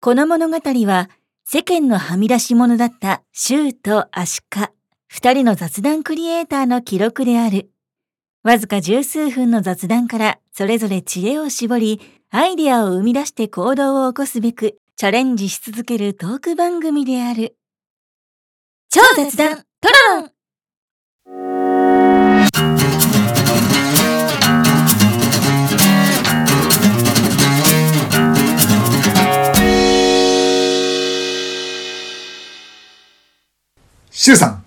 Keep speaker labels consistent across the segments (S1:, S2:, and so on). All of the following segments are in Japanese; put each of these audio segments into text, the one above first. S1: この物語は世間のはみ出し者だったシューとアシカ、二人の雑談クリエイターの記録である。わずか十数分の雑談からそれぞれ知恵を絞り、アイデアを生み出して行動を起こすべくチャレンジし続けるトーク番組である。超雑談トロロン
S2: シュウさん、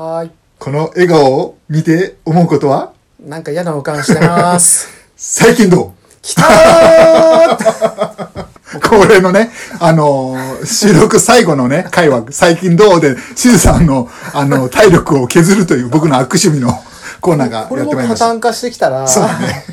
S3: はーい。
S2: この笑顔を見て思うことは、
S3: なんか嫌な予感して ます。
S2: 最近ど
S3: き たー
S2: う恒例のね、あのー収録最後のね、会話、最近どうで、シュウさんの、あの、体力を削るという僕の悪趣味のコーナーが
S3: これ
S2: やっ
S3: も
S2: てまいり
S3: パ
S2: まし
S3: ター
S2: た。
S3: ン化してきたら、
S2: そうだね。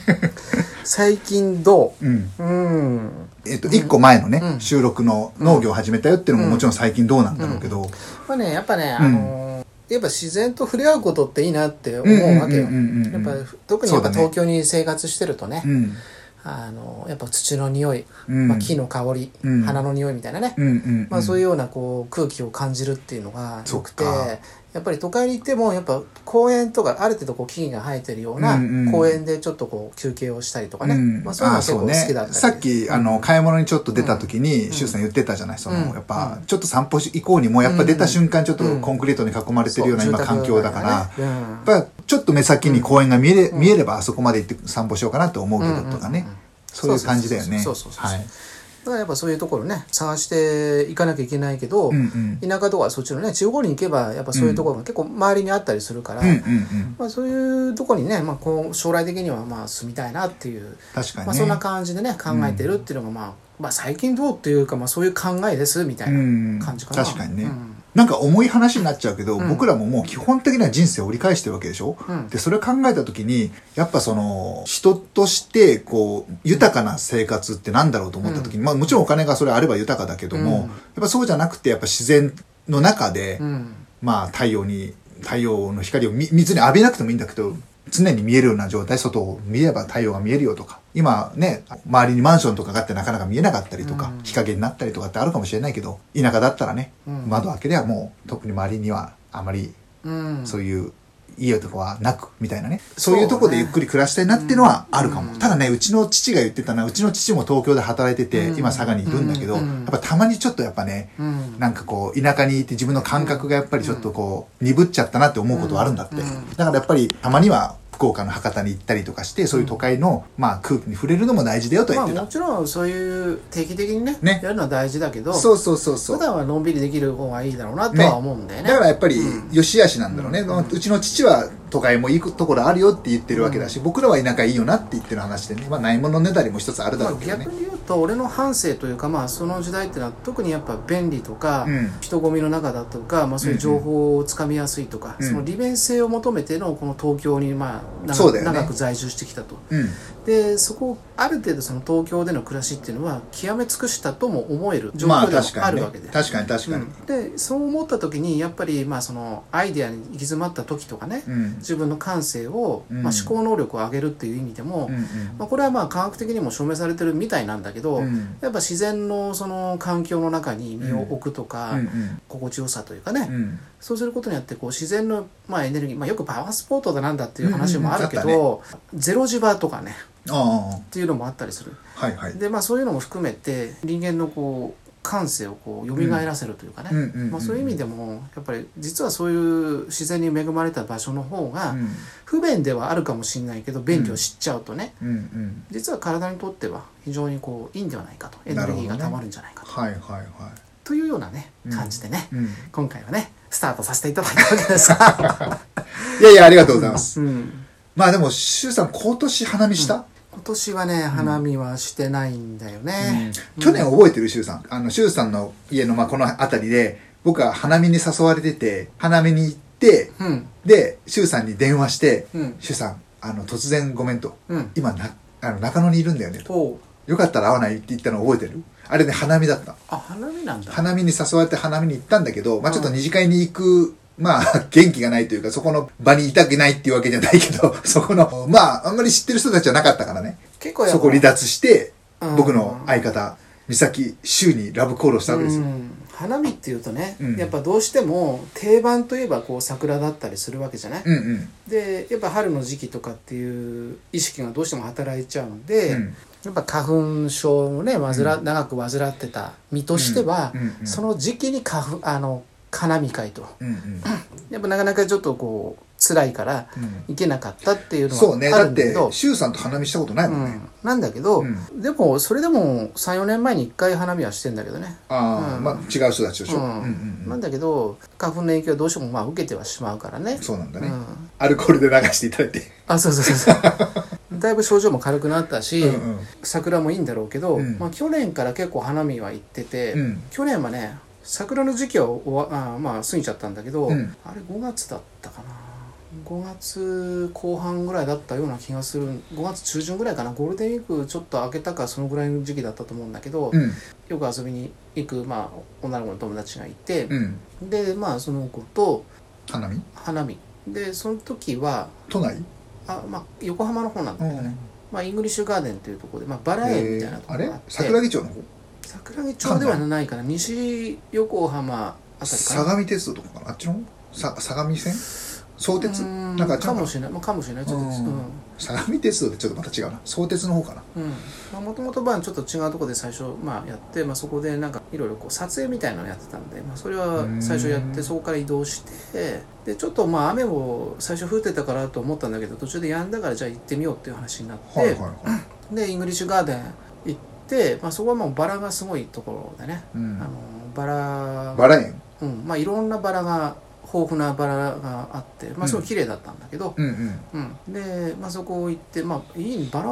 S3: 最近どう
S2: うん。
S3: うん。
S2: えっと、一個前のね、
S3: うん
S2: 収録の農業を始めたよっていうのももちろん最近どうなんだろうけど、
S3: まあね、やっぱね、あのーやっぱ自然と触れ合うことっていいなって思うわけよ。
S2: うんうんうんうんうん
S3: やっぱ特にやっぱ
S2: そうだね
S3: 東京に生活してるとね、
S2: うん。
S3: あのーやっぱ土の匂い、
S2: うん
S3: まあ、木の香り、
S2: うん
S3: 花の匂いみたいなね、
S2: うんうんうん。
S3: まあ、そういうようなこう空気を感じるっていうのが良くて
S2: そっか
S3: やっぱり都会に行ってもやっぱ公園とかある程度こう木々が生えてるような
S2: うんうん
S3: 公園でちょっとこう休憩をしたりとかね、
S2: うん
S3: まあ、そういうの
S2: あ
S3: が結構好きだった
S2: そうね、
S3: り、
S2: さっき、あの、買い物にちょっと出た時に、シュウさん言ってたじゃない、その、
S3: うん
S2: やっぱ、ちょっと散歩し行こうにも、やっぱ出た瞬間、ちょっとコンクリートに囲まれてるような
S3: そう
S2: 今環境だから、
S3: 住宅街がねうん
S2: やっぱ、ちょっと目先に公園が見えれ,、見えれば、あそこまで行って散歩しようかなと思うけどとかね、
S3: うんうんうんうん
S2: そういう感じだよね。
S3: そうそうそうそう
S2: はい。
S3: だからやっぱそういうところね探していかなきゃいけないけど、
S2: うんうん。
S3: 田舎とかそっちのね地方に行けばやっぱそういうところが結構周りにあったりするから、
S2: うんうんうん。
S3: まあ、そういうところにね、まあ、こう将来的にはまあ住みたいなっていう
S2: 確かにね。
S3: まあ、そんな感じでね考えてるっていうのが、まあまあ、最近どうっていうか、まあ、そういう考えですみたい
S2: うん
S3: な感じかな、
S2: 確かにね、
S3: うん
S2: なんか重い話になっちゃうけど、
S3: うん
S2: 僕らももう基本的には人生を折り返してるわけでしょ、
S3: うん
S2: でそれを考えた時にやっぱその人としてこう豊かな生活ってなんだろうと思った時に、まあ、もちろんお金がそれあれば豊かだけども、
S3: うん
S2: やっぱそうじゃなくてやっぱ自然の中で、
S3: うん
S2: まあ太陽に太陽の光をみ水に浴びなくてもいいんだけど常に見えるような状態外を見れば太陽が見えるよとか今ね周りにマンションとかがあってなかなか見えなかったりとか、
S3: うん
S2: 日陰になったりとかってあるかもしれないけど田舎だったらね、
S3: うん
S2: 窓開けではもう特に周りにはあまり
S3: うん
S2: そう
S3: いう
S2: いう家とかはなくみたいなね
S3: そ
S2: そうう
S3: ね
S2: いうとこでゆっくり暮らしたいなっていうのはあるかも、
S3: うん
S2: ただねうちの父が言ってたのはうちの父も東京で働いてて、
S3: うん
S2: 今佐賀にいるんだけど、
S3: うん
S2: やっぱたまにちょっとやっぱね
S3: う、ん、
S2: なんかこう、田舎にいて自分の感覚がやっぱりちょっとこう、鈍っちゃったなって思うことはあるんだって。
S3: うん
S2: だからやっぱり、たまには福岡の博多に行ったりとかして、そういう都会の、まあ空気に触れるのも大事だよとは
S3: ま
S2: 言
S3: あ、
S2: ってた。
S3: もちろんそういう定期的にね
S2: ね
S3: やるのは大事だけど
S2: そうそうそうそう。
S3: 普
S2: だ
S3: 段はのんびりできる方がいいだろうなとは思うんだよね
S2: からやっぱり、良し悪しなんだろうね。うちの父は都会もいいところあるよって言ってるわけだし、僕らは田舎いいよなって言ってる話でね。まあないものねだりも一つあるだ
S3: ま
S2: ろ
S3: あ
S2: う、けどね
S3: 逆。に言うと俺の反省というか、まあ、その時代っていうのは特にやっぱ便利とか、
S2: うん
S3: 人混みの中だとか、まあ、そういう情報をつかみやすいとか、
S2: うん
S3: その利便性を求めてのこの東京に、まあ長
S2: そうだよね
S3: 長く在住してきたと
S2: うん。
S3: でそこをある程度その東京での暮らしっていうのは極め尽くしたとも思える状
S2: まあ
S3: 況で
S2: 確
S3: もあ
S2: かに
S3: る
S2: ね
S3: わけで。。
S2: 確かに確かに。
S3: うんでそう思った時にやっぱりまあそのアイデアに行き詰まった時とかね、
S2: うん。
S3: 自分の感性を、
S2: うん
S3: まあ、思考能力を上げるっていう意味でも、
S2: うん
S3: まあ、これはまあ科学的にも証明されてるみたいなんだけど、
S2: うん。うん。
S3: やっぱ自然のその環境の中に身を置くとか、
S2: うん。
S3: 心地よさというかね、
S2: うん。
S3: そうすることによってこう自然のまあエネルギー、まあ、よくパワースポットだなんだっていう話もあるけ
S2: うんうんうん
S3: ど、ゼロ磁場とかね
S2: あ
S3: っていうのもあったりする
S2: あ。はいはい。
S3: でまあそういうのも含めて人間のこう感性をこう蘇らせるというかね、
S2: うんうんうん
S3: まあ、そういう意味でもやっぱり実はそういう自然に恵まれた場所の方が
S2: うん。
S3: 不便ではあるかもしれないけど便利を知っちゃうとね、
S2: うんうん。
S3: 実は体にとっては非常にこういいんではないかとエネ
S2: なる
S3: ル
S2: ほ
S3: ギ
S2: どね
S3: ーがたまるんじゃないかと,、
S2: はいはいはい。
S3: というようなね感じでね、
S2: うん。
S3: 今回はねスタートさせていただいたわけですが、
S2: いやいや、ありが とうございます。
S3: うん、
S2: まあでも、シュウさん、今年花見した、
S3: 今年はね花見はしてないんだよね、
S2: 去年覚えてるシュウさん。あの、シュウさんの家の、まあ、この辺りで、僕は花見に誘われてて、花見に行って、
S3: うんうん
S2: で、シュウさんに電話して、
S3: うん
S2: シュウさん、あの、突然ごめんと。
S3: うん
S2: 今な、あの、中野にいるんだよねと。
S3: おう
S2: よかったら会わないって言ったの覚えてるあれね、花見だった。
S3: あ花見なんだ
S2: 花見に誘われて花見に行ったんだけど、まあちょっと二次会に行く、まあ 元気がないというか、そこの場にいたくないっていうわけじゃないけど、 そこの、まああんまり知ってる人たちじゃなかったからね。
S3: 結構やっぱ
S2: そこ離脱して
S3: う、ん
S2: 僕の相方、美咲週にラブコールをしたわけですよ、
S3: うん花火っていうとね、
S2: うん
S3: やっぱどうしても定番といえばこう桜だったりするわけじゃない、
S2: うんうん
S3: でやっぱ春の時期とかっていう意識がどうしても働いちゃうので、
S2: うん
S3: やっぱ花粉症をね患、
S2: う
S3: 長く患ってた身としては、
S2: うんうんうん
S3: その時期に花粉あの花見会と
S2: うんうん
S3: やっぱなかなかちょっとこう辛いから
S2: うん
S3: 行けなかったっていうの
S2: そうね
S3: はあ
S2: だ
S3: る
S2: っ
S3: んだけ
S2: て
S3: ど、
S2: 周さんと花見したことないうもんね、
S3: ん、なんだけど、
S2: うん
S3: でもそれでも34年前に1回花見はしてんだけどね
S2: ああ、
S3: うん
S2: まあ違う人たちでしょ、
S3: うん
S2: うんうんう
S3: なんんだけど花粉の影響をどうしてもまあ受けてはしまうからね
S2: そうなんだ
S3: う
S2: ね、
S3: ん、
S2: アルコールで流していただいて
S3: あそうそうそうそう だいぶ症状も軽くなったし、
S2: うんうん
S3: 桜もいいんだろうけど、
S2: うん
S3: まあ、去年から結構花見は行ってて、
S2: うん
S3: 去年はね桜の時期は終わあーまあ過ぎちゃったんだけど、
S2: うん
S3: あれ5月だったかな5月後半ぐらいだったような気がする5月中旬ぐらいかなゴールデンウィークちょっと明けたかそのぐらいの時期だったと思うんだけど、
S2: うん
S3: よく遊びに行く、まあ、女の子の友達がいて、
S2: うん
S3: でまあその子と
S2: 花見
S3: 花見でその時は
S2: 都内、
S3: あ、まあ、横浜の方なんだけどね、まあ、イングリッシュガーデンというところで、まあ、バ
S2: え
S3: ラ園みたいな
S2: ー
S3: とこ
S2: あ
S3: ろ
S2: れ
S3: があって、
S2: 桜木町の方
S3: 桜木町ではないかな西横浜あたりかな
S2: 相模鉄道とかかなあっちの方さ相模線相鉄
S3: うーん
S2: なんかあっちの方
S3: かも
S2: か
S3: しれない、まあ、かもしれないちょっと
S2: うん
S3: うん
S2: 相模鉄道ってちょっとまた違うな相鉄の方かな
S3: うんまあもともとまあちょっと違うところで最初、まあ、やって、まあ、そこでなんかいろいろこう撮影みたいなのやってたんで、まあ、それは最初やっ
S2: う
S3: て
S2: ん
S3: そこから移動してでちょっとまあ雨も最初降ってたからと思ったんだけど途中でやんだからじゃあ行ってみようっていう話になって、
S2: はいはいは
S3: でイングリッシュガーデン行って、まあ、そこはもうバラがすごいところでね、
S2: い、う
S3: あの
S2: ん、
S3: バラ
S2: バラ園
S3: うんまあ、いろんなバラが豊富なバラがあって、まあ、すごい綺麗だったんだけど、
S2: うんうん
S3: うんで、まあ、そこ行って、まあ、いいバラ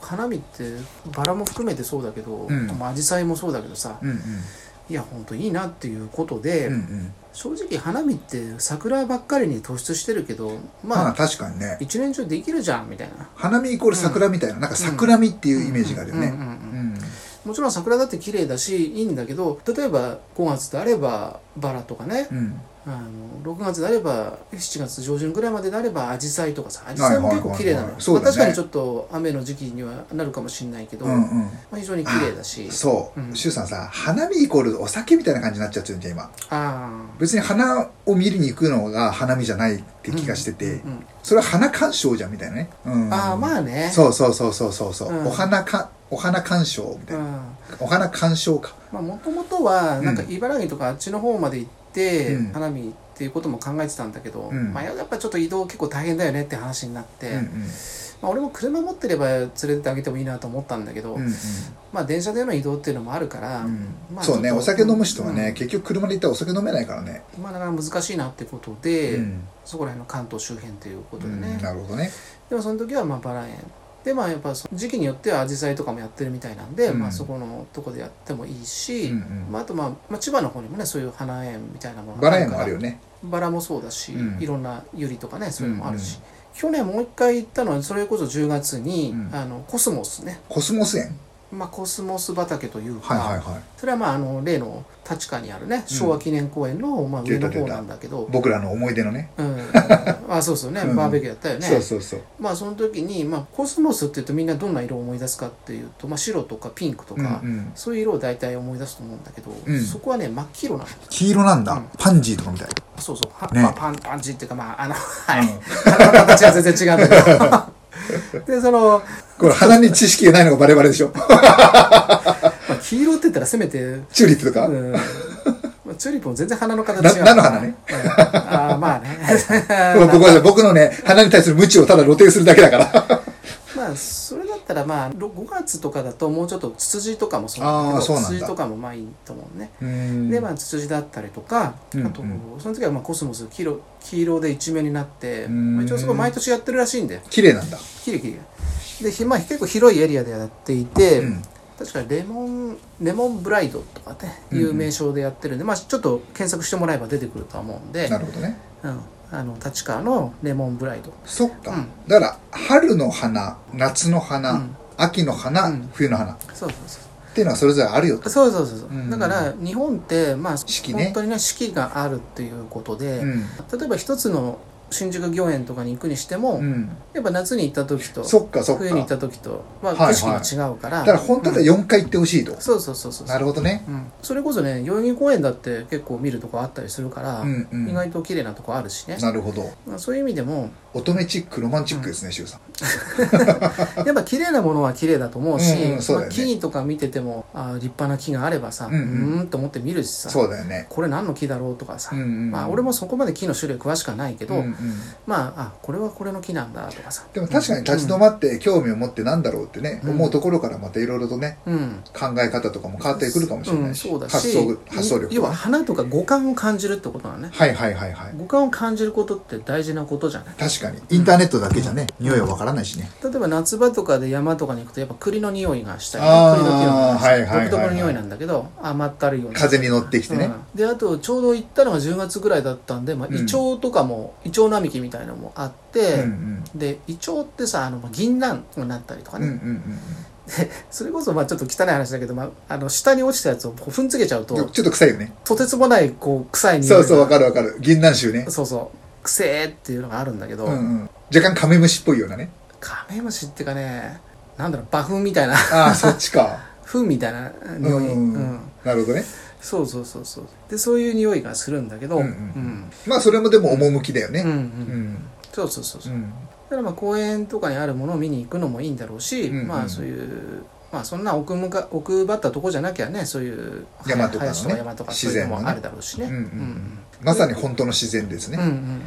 S3: 花見ってバラも含めてそうだけど、
S2: うん
S3: まあ紫陽花もそうだけどさ
S2: うんうん
S3: いや本当いいなっていうことで、
S2: うんうん
S3: 正直花見って桜ばっかりに突出してるけど
S2: ま
S3: ま
S2: あ
S3: あ
S2: 確かにね
S3: 一年中できるじゃんみたいな。
S2: 花見イコール桜みたいな、なんか桜見っていうイメージがあるよ
S3: うんうん
S2: ね
S3: うんうん
S2: うん
S3: もちろん桜だって綺麗だしいいんだけど例えば5月であればバラとかね、
S2: うん
S3: あの6月であれば7月上旬ぐらいまでであればアジサイとかさアジサイも
S2: はい
S3: 結
S2: はい
S3: 構綺麗なのよ
S2: はいそう
S3: まあ
S2: だね
S3: 確かにちょっと雨の時期にはなるかもしれないけど、
S2: う
S3: ま
S2: ん
S3: あ、非常に綺麗だし
S2: うんそううん周さんさ花見イコールお酒みたいな感じになっちゃってるんじゃん今
S3: あ
S2: 別に花を見に行くのが花見じゃないって
S3: あ
S2: 気がしてて
S3: うんうん
S2: それは花鑑賞じゃんみたいなねうん
S3: ああまあね
S2: そうそうそうそうそうそう、
S3: うん
S2: お花かお花鑑賞みた
S3: う
S2: い
S3: ん
S2: な、お花鑑賞か
S3: まあもともとはなんか茨城とかあっちの方まで行って、
S2: うん
S3: 花見っていうことも考えてたんだけど、
S2: うん
S3: まあ、やっぱちょっと移動結構大変だよねって話になって、
S2: うんうん
S3: まあ、俺も車持ってれば連れてってあげてもいいなと思ったんだけど、
S2: うんうん
S3: まあ電車での移動っていうのもあるから、
S2: うん
S3: まあ
S2: そうね
S3: ちょっ
S2: お
S3: と
S2: 酒飲む人はね、
S3: うん
S2: 結局車で行ったらお酒飲めないからね、
S3: まあ、なかなか難しいなってことで、
S2: うん
S3: そこら辺の関東周辺ということでね、
S2: うんなるほどね
S3: でもその時はまあバラ園でまあやっぱその時期によってはアジサイとかもやってるみたいなんで、
S2: うん
S3: まあ、そこのとこでやってもいい
S2: う
S3: し、
S2: んうん
S3: まあ、あと、まあ、まあ千葉の方にもねそういう花園みたいなもの
S2: バ
S3: が
S2: ラ
S3: る
S2: 園
S3: か
S2: も
S3: ら
S2: あるよね
S3: バラもそうだし、
S2: うん
S3: いろんなユリとかねそういうのもあるし、
S2: う
S3: 去年もう一回行ったのはそれこそ10月に、
S2: うん
S3: あのコスモスね、
S2: コスモス園
S3: まあ、コスモス畑というか、
S2: はいはいはい
S3: それはまああの例の立川にあるね昭和記念公園の、まあ、上の
S2: 出た
S3: 方
S2: 出た
S3: なんだけど、
S2: 僕らの思い出のね
S3: うん、あそうですよね、
S2: うん
S3: バーベキューやったよね
S2: そうそうそう
S3: まあその時に、まあ、コスモスって言うとみんなどんな色を思い出すかっていうと、まあ、白とかピンクと
S2: うんう
S3: か、
S2: ん
S3: そういう色を大体思い出すと思うんだけど、
S2: ん
S3: そこはね真っ黄色なの
S2: 黄色なんだ、
S3: うん
S2: パンジーとかみたい
S3: そうそうは、
S2: ね
S3: まあ、パンパンチっていうかまああのはい、
S2: うん
S3: 花の形は全然違うんだけどでその、
S2: これ鼻に知識がないのがバレバレでしょ
S3: まあ、黄色って言ったらせめて
S2: チューリップとか、
S3: うんまあ、チューリップも全然花の形違う
S2: な菜の花ね、
S3: うんあーまあ ね
S2: 僕は僕のね鼻に対する無知をただ露呈するだけだから
S3: まあそれだったらまあろ5月とかだともうちょっとツツジとかもそう
S2: あー
S3: だけ
S2: そう
S3: ど
S2: なん
S3: ツ
S2: だ
S3: ツジとかもまあいいと思うね、
S2: うん
S3: でまあツツジだったりとか、
S2: うん
S3: あと
S2: う
S3: その時はまあコスモス黄色黄色で一面になって、
S2: ん
S3: まあ一応そこ毎年やってるらしいんで
S2: 綺麗なんだ
S3: キリキリでひまあ結構広いエリアでやっていて、
S2: うん
S3: 確かレモンレモンブライドとかねいう名称でやってるんで、まあちょっと検索してもらえば出てくるとは思うんで
S2: なるほどね
S3: うん、あの立川のレモンブライド
S2: そっか、
S3: うん
S2: だから春の花夏の花、
S3: うん
S2: 秋の花、
S3: うん
S2: 冬の花っ
S3: そうそうそう
S2: ていうのはそれぞれあるよと
S3: そうそうそうそう、
S2: うん
S3: だから日本ってまあ
S2: 四季ね
S3: 本当にね四季があるっていうことで、
S2: うん
S3: 例えば一つの新宿御苑とかに行くにしても、
S2: うん。
S3: やっぱ夏に行った時と
S2: そっかそっか。
S3: 冬に行っ
S2: だ
S3: た時と、まあ、
S2: はいはい
S3: 景色も違うから、
S2: から本当は4回行ってほしいと
S3: うん。そうそうそうそう
S2: なるほどね。
S3: うん、それこそね代々木公園だって結構見るとこあったりするから、
S2: うんうん
S3: 意外と綺麗なとこあるしね、
S2: なるほど。
S3: まあそういう意味でも
S2: 乙女チック、ロマンチックですね、シュウさん。
S3: やっぱ綺麗なものは綺麗だと思うし、
S2: うんうんそうだ
S3: ま
S2: よ
S3: あ、
S2: ね
S3: 木々とか見ててもあー立派な木があればさ、
S2: うんうん
S3: ーんと思って見るしさ
S2: そうだよね。
S3: これ何の木だろうとかさ、
S2: うんうん
S3: まあ、俺もそこまで木の種類詳しくはないけど、
S2: うんうん
S3: まああこれはこれの木なんだとかさ
S2: でも確かに立ち止まって興味を持ってなんだろうってね、
S3: うん
S2: 思うところからまたいろいろとね、
S3: うん
S2: 考え方とかも変わってくるかもしれないし、
S3: うんそうだし
S2: 発想発想力
S3: 要は花とか五感を感じるってことだね
S2: はいはいはいはい。
S3: 五感を感じることって大事なことじゃない
S2: 確かに。インターネットだけじゃね、匂いはわからないしね。
S3: 例えば夏場とかで山とかに行くとやっぱ栗の匂いがしたり
S2: あー
S3: 栗の木の匂いがしたり
S2: はいはいはいはい
S3: 独特の匂いなんだけど甘ったるいような
S2: 風に乗ってきてね。
S3: うんであとちょうど行ったのが10月ぐらいだったんで、まあ、
S2: うん
S3: イチョウとかも、イチョウ並木みたいなのもあって、
S2: うんうん。
S3: でイチョウってさあの、まあ、銀杏になったりとか
S2: うんう
S3: ね、
S2: んうん
S3: それこそまあちょっと汚い話だけど、まあ、あの下に落ちたやつをこう踏んつけちゃう
S2: うん。
S3: と
S2: ちょっと臭いよね。
S3: とてつもないこう臭い匂いが
S2: そうそう、わかるわかる。銀杏臭ね。
S3: そうそうくせえっていうのがあるんだけど、
S2: うんうん。若干カメムシっぽいようなね。
S3: カメムシってかねなんだろう馬糞みたいな
S2: ああ、そっちか。
S3: 糞みたいな
S2: う
S3: 匂い、
S2: ん
S3: う
S2: うん
S3: ん。
S2: なるほどね。
S3: そうそうそうそうでそういう匂いがするんだけど
S2: うんうんまあ、それもでも趣だよ
S3: うんうんう
S2: ね。うんん。。
S3: そうそうそうそううんだからまあ公園とかにあるものを見に行くのもいいんだろうし、
S2: うんうん
S3: まあそういうまあそんな奥向か奥ばったとこじゃなきゃねそういう
S2: 山とかのね
S3: 林とか山とかそういうのもあるだろうしね
S2: うんうん
S3: うん
S2: まさに本当の自然です
S3: うん
S2: ね
S3: う。ん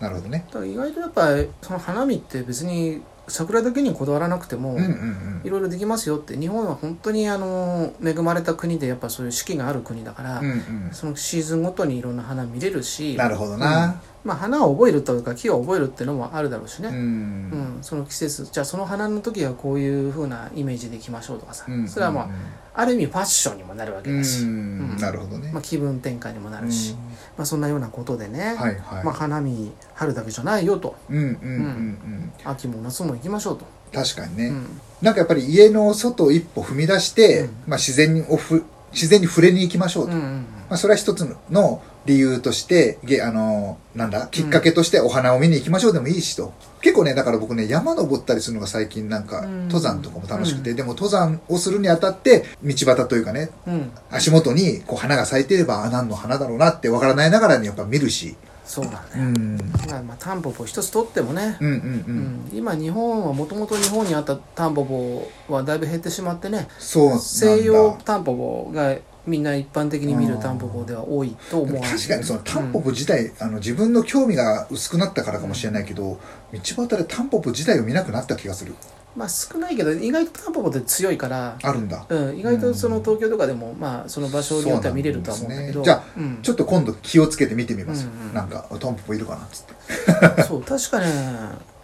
S2: なるほどね。
S3: だから意外とやっぱりその花見って別に桜だけにこだわらなくて
S2: う
S3: も、
S2: んうんうん
S3: い。ろいろできますよって日本は本当にあの恵まれた国でやっぱそういう四季がある国だから、
S2: うんうん
S3: そのシーズンごとにいろんな花見れるし
S2: なるほどな。
S3: まあ、花を覚えるとか木を覚えるっていうのもあるだろうし
S2: う
S3: ね、
S2: ん
S3: うんその季節じゃあその花の時はこういう風なイメージでいきましょうとかさ、
S2: うん
S3: それはまあある意味ファッションにもなるわ
S2: う
S3: けだし、
S2: ん。なるほどね
S3: まあ、。気分転換にもなるし、
S2: うん
S3: まあ、そんなようなことでね、
S2: はいはい。
S3: まあ、花見春だけじゃないよと
S2: うんうんうんうん。
S3: 秋も夏も行きましょうと、
S2: 確かに
S3: う
S2: ね。
S3: ん
S2: なんかやっぱり家の外を一歩踏み出して
S3: うん、
S2: まあ自然をふ、自然に触れに行きましょう
S3: うん
S2: と
S3: う。ん
S2: まあ、それは一つの理由として、げあのー、なんだ、きっかけとしてお花を見に行きましょうでもいいしと。結構ね、だから僕ね、山登ったりするのが最近なんか、
S3: うん
S2: 登山とかも楽しくて、でも登山をするにあたって、道端というかね、
S3: うんうん
S2: 足元にこう花が咲いていれば、あ、何の花だろうなってわからないながらにやっぱ見るし。
S3: そうだね
S2: うん。うん
S3: まあ、まあタンポポ一つ取ってもね、
S2: うんう
S3: うん
S2: ん。
S3: 今日本はもともと日本にあったタンポポはだいぶ減ってしまってね
S2: そうなんだ。
S3: 西洋タンポポがみんな一般的に見るタンポポでは多いと
S2: で
S3: 思
S2: も
S3: わない
S2: 確かにそのタンポポ自体、あの自分の興味が薄くなったからかもしれないけど、道端でタンポポ自体を見なくなった気がする。
S3: まあ少ないけど意外とタンポポって強いから、
S2: あるんだ。
S3: うん、意外とその東京とかでも、まあその場所によっては見れるとは思うんだけど
S2: そうなんです
S3: うん
S2: ちょっと今度気をつけて見てみます、
S3: うんうん
S2: なんかトンポポいるかなっつって
S3: そう確かね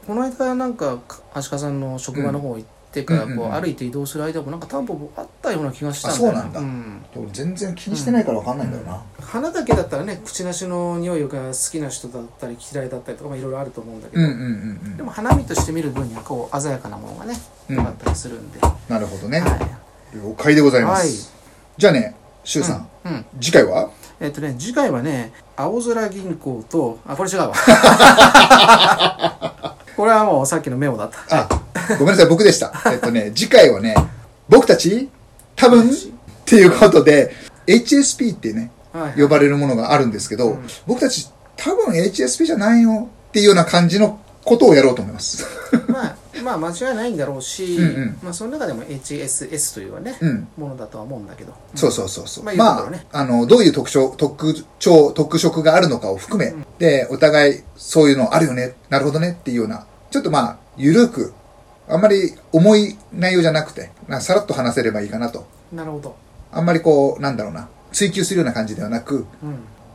S3: この間なんか足利さんの職場の方行ってから
S2: うん
S3: こう
S2: うんうんうん
S3: 歩いて移動する間もなんかタンポポあったような気がした
S2: あ
S3: んだ
S2: そ
S3: よ
S2: う
S3: ね
S2: なんだ
S3: うん
S2: でも全然気にしてないからわかんないんだよな、
S3: 花だけだったらね口なしの匂いが好きな人だったり嫌いだったりとかまあいろいろあると思うんだけど、
S2: うんうん
S3: でも花見として見る分にはこう鮮やかなものがね
S2: うん
S3: 良かったりするんで、
S2: なるほどね、
S3: は
S2: 了解でございます、じゃあねしゅうさん、
S3: い、うん、
S2: 次回は
S3: えっ、とね次回はね青空銀行とあこれ違う わこれはもうさっきのメモだった
S2: あごめんなさい僕でした えっとね次回はね僕たち多分っていうことで HSP ってね
S3: はい
S2: 呼ばれるものがあるんですけど、
S3: うん
S2: 僕たち多分 HSP じゃないよっていうような感じのことをやろうと思います。
S3: まあ、まあ間違いないんだろうし、
S2: うんうん
S3: まあ、その中でも HSS というはね、
S2: うん。
S3: ものだとは思うんだけど
S2: そうそうそうそう。
S3: ま
S2: まあ、
S3: あいろいろね
S2: あの、どういう特徴、特徴、特色があるのかを含め、で、お互いそういうのあるよね、なるほどねっていうような、ちょっとまあ、ゆるく、あんまり重い内容じゃなくて、なさらっと話せればいいかなと。
S3: なるほど、
S2: あんまりこう、なんだろうな、追求するような感じではなく、
S3: うん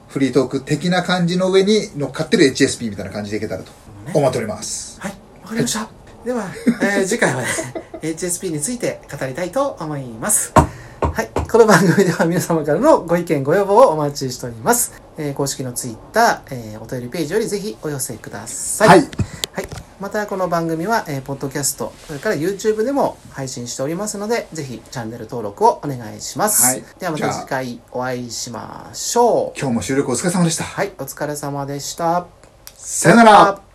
S2: フリートーク的な感じの上に乗っかってる HSP みたいな感じでいけたらと
S3: ね
S2: 思っております。
S3: はい、わかりました。では、えー次回はですね、HSP について語りたいと思います。はい、この番組では皆様からのご意見、ご要望をお待ちしております。えー公式の Twitter、えーお便りページよりぜひお寄せください。
S2: はい
S3: はいまたこの番組は、えーポッドキャスト、それから YouTube でも配信しておりますので、ぜひチャンネル登録をお願いします。
S2: はい
S3: ではま
S2: じゃ
S3: た
S2: あ
S3: 次回お会いしましょう。
S2: 今日も収録お疲れ様でした。
S3: はい、お疲れ様でした。さよなら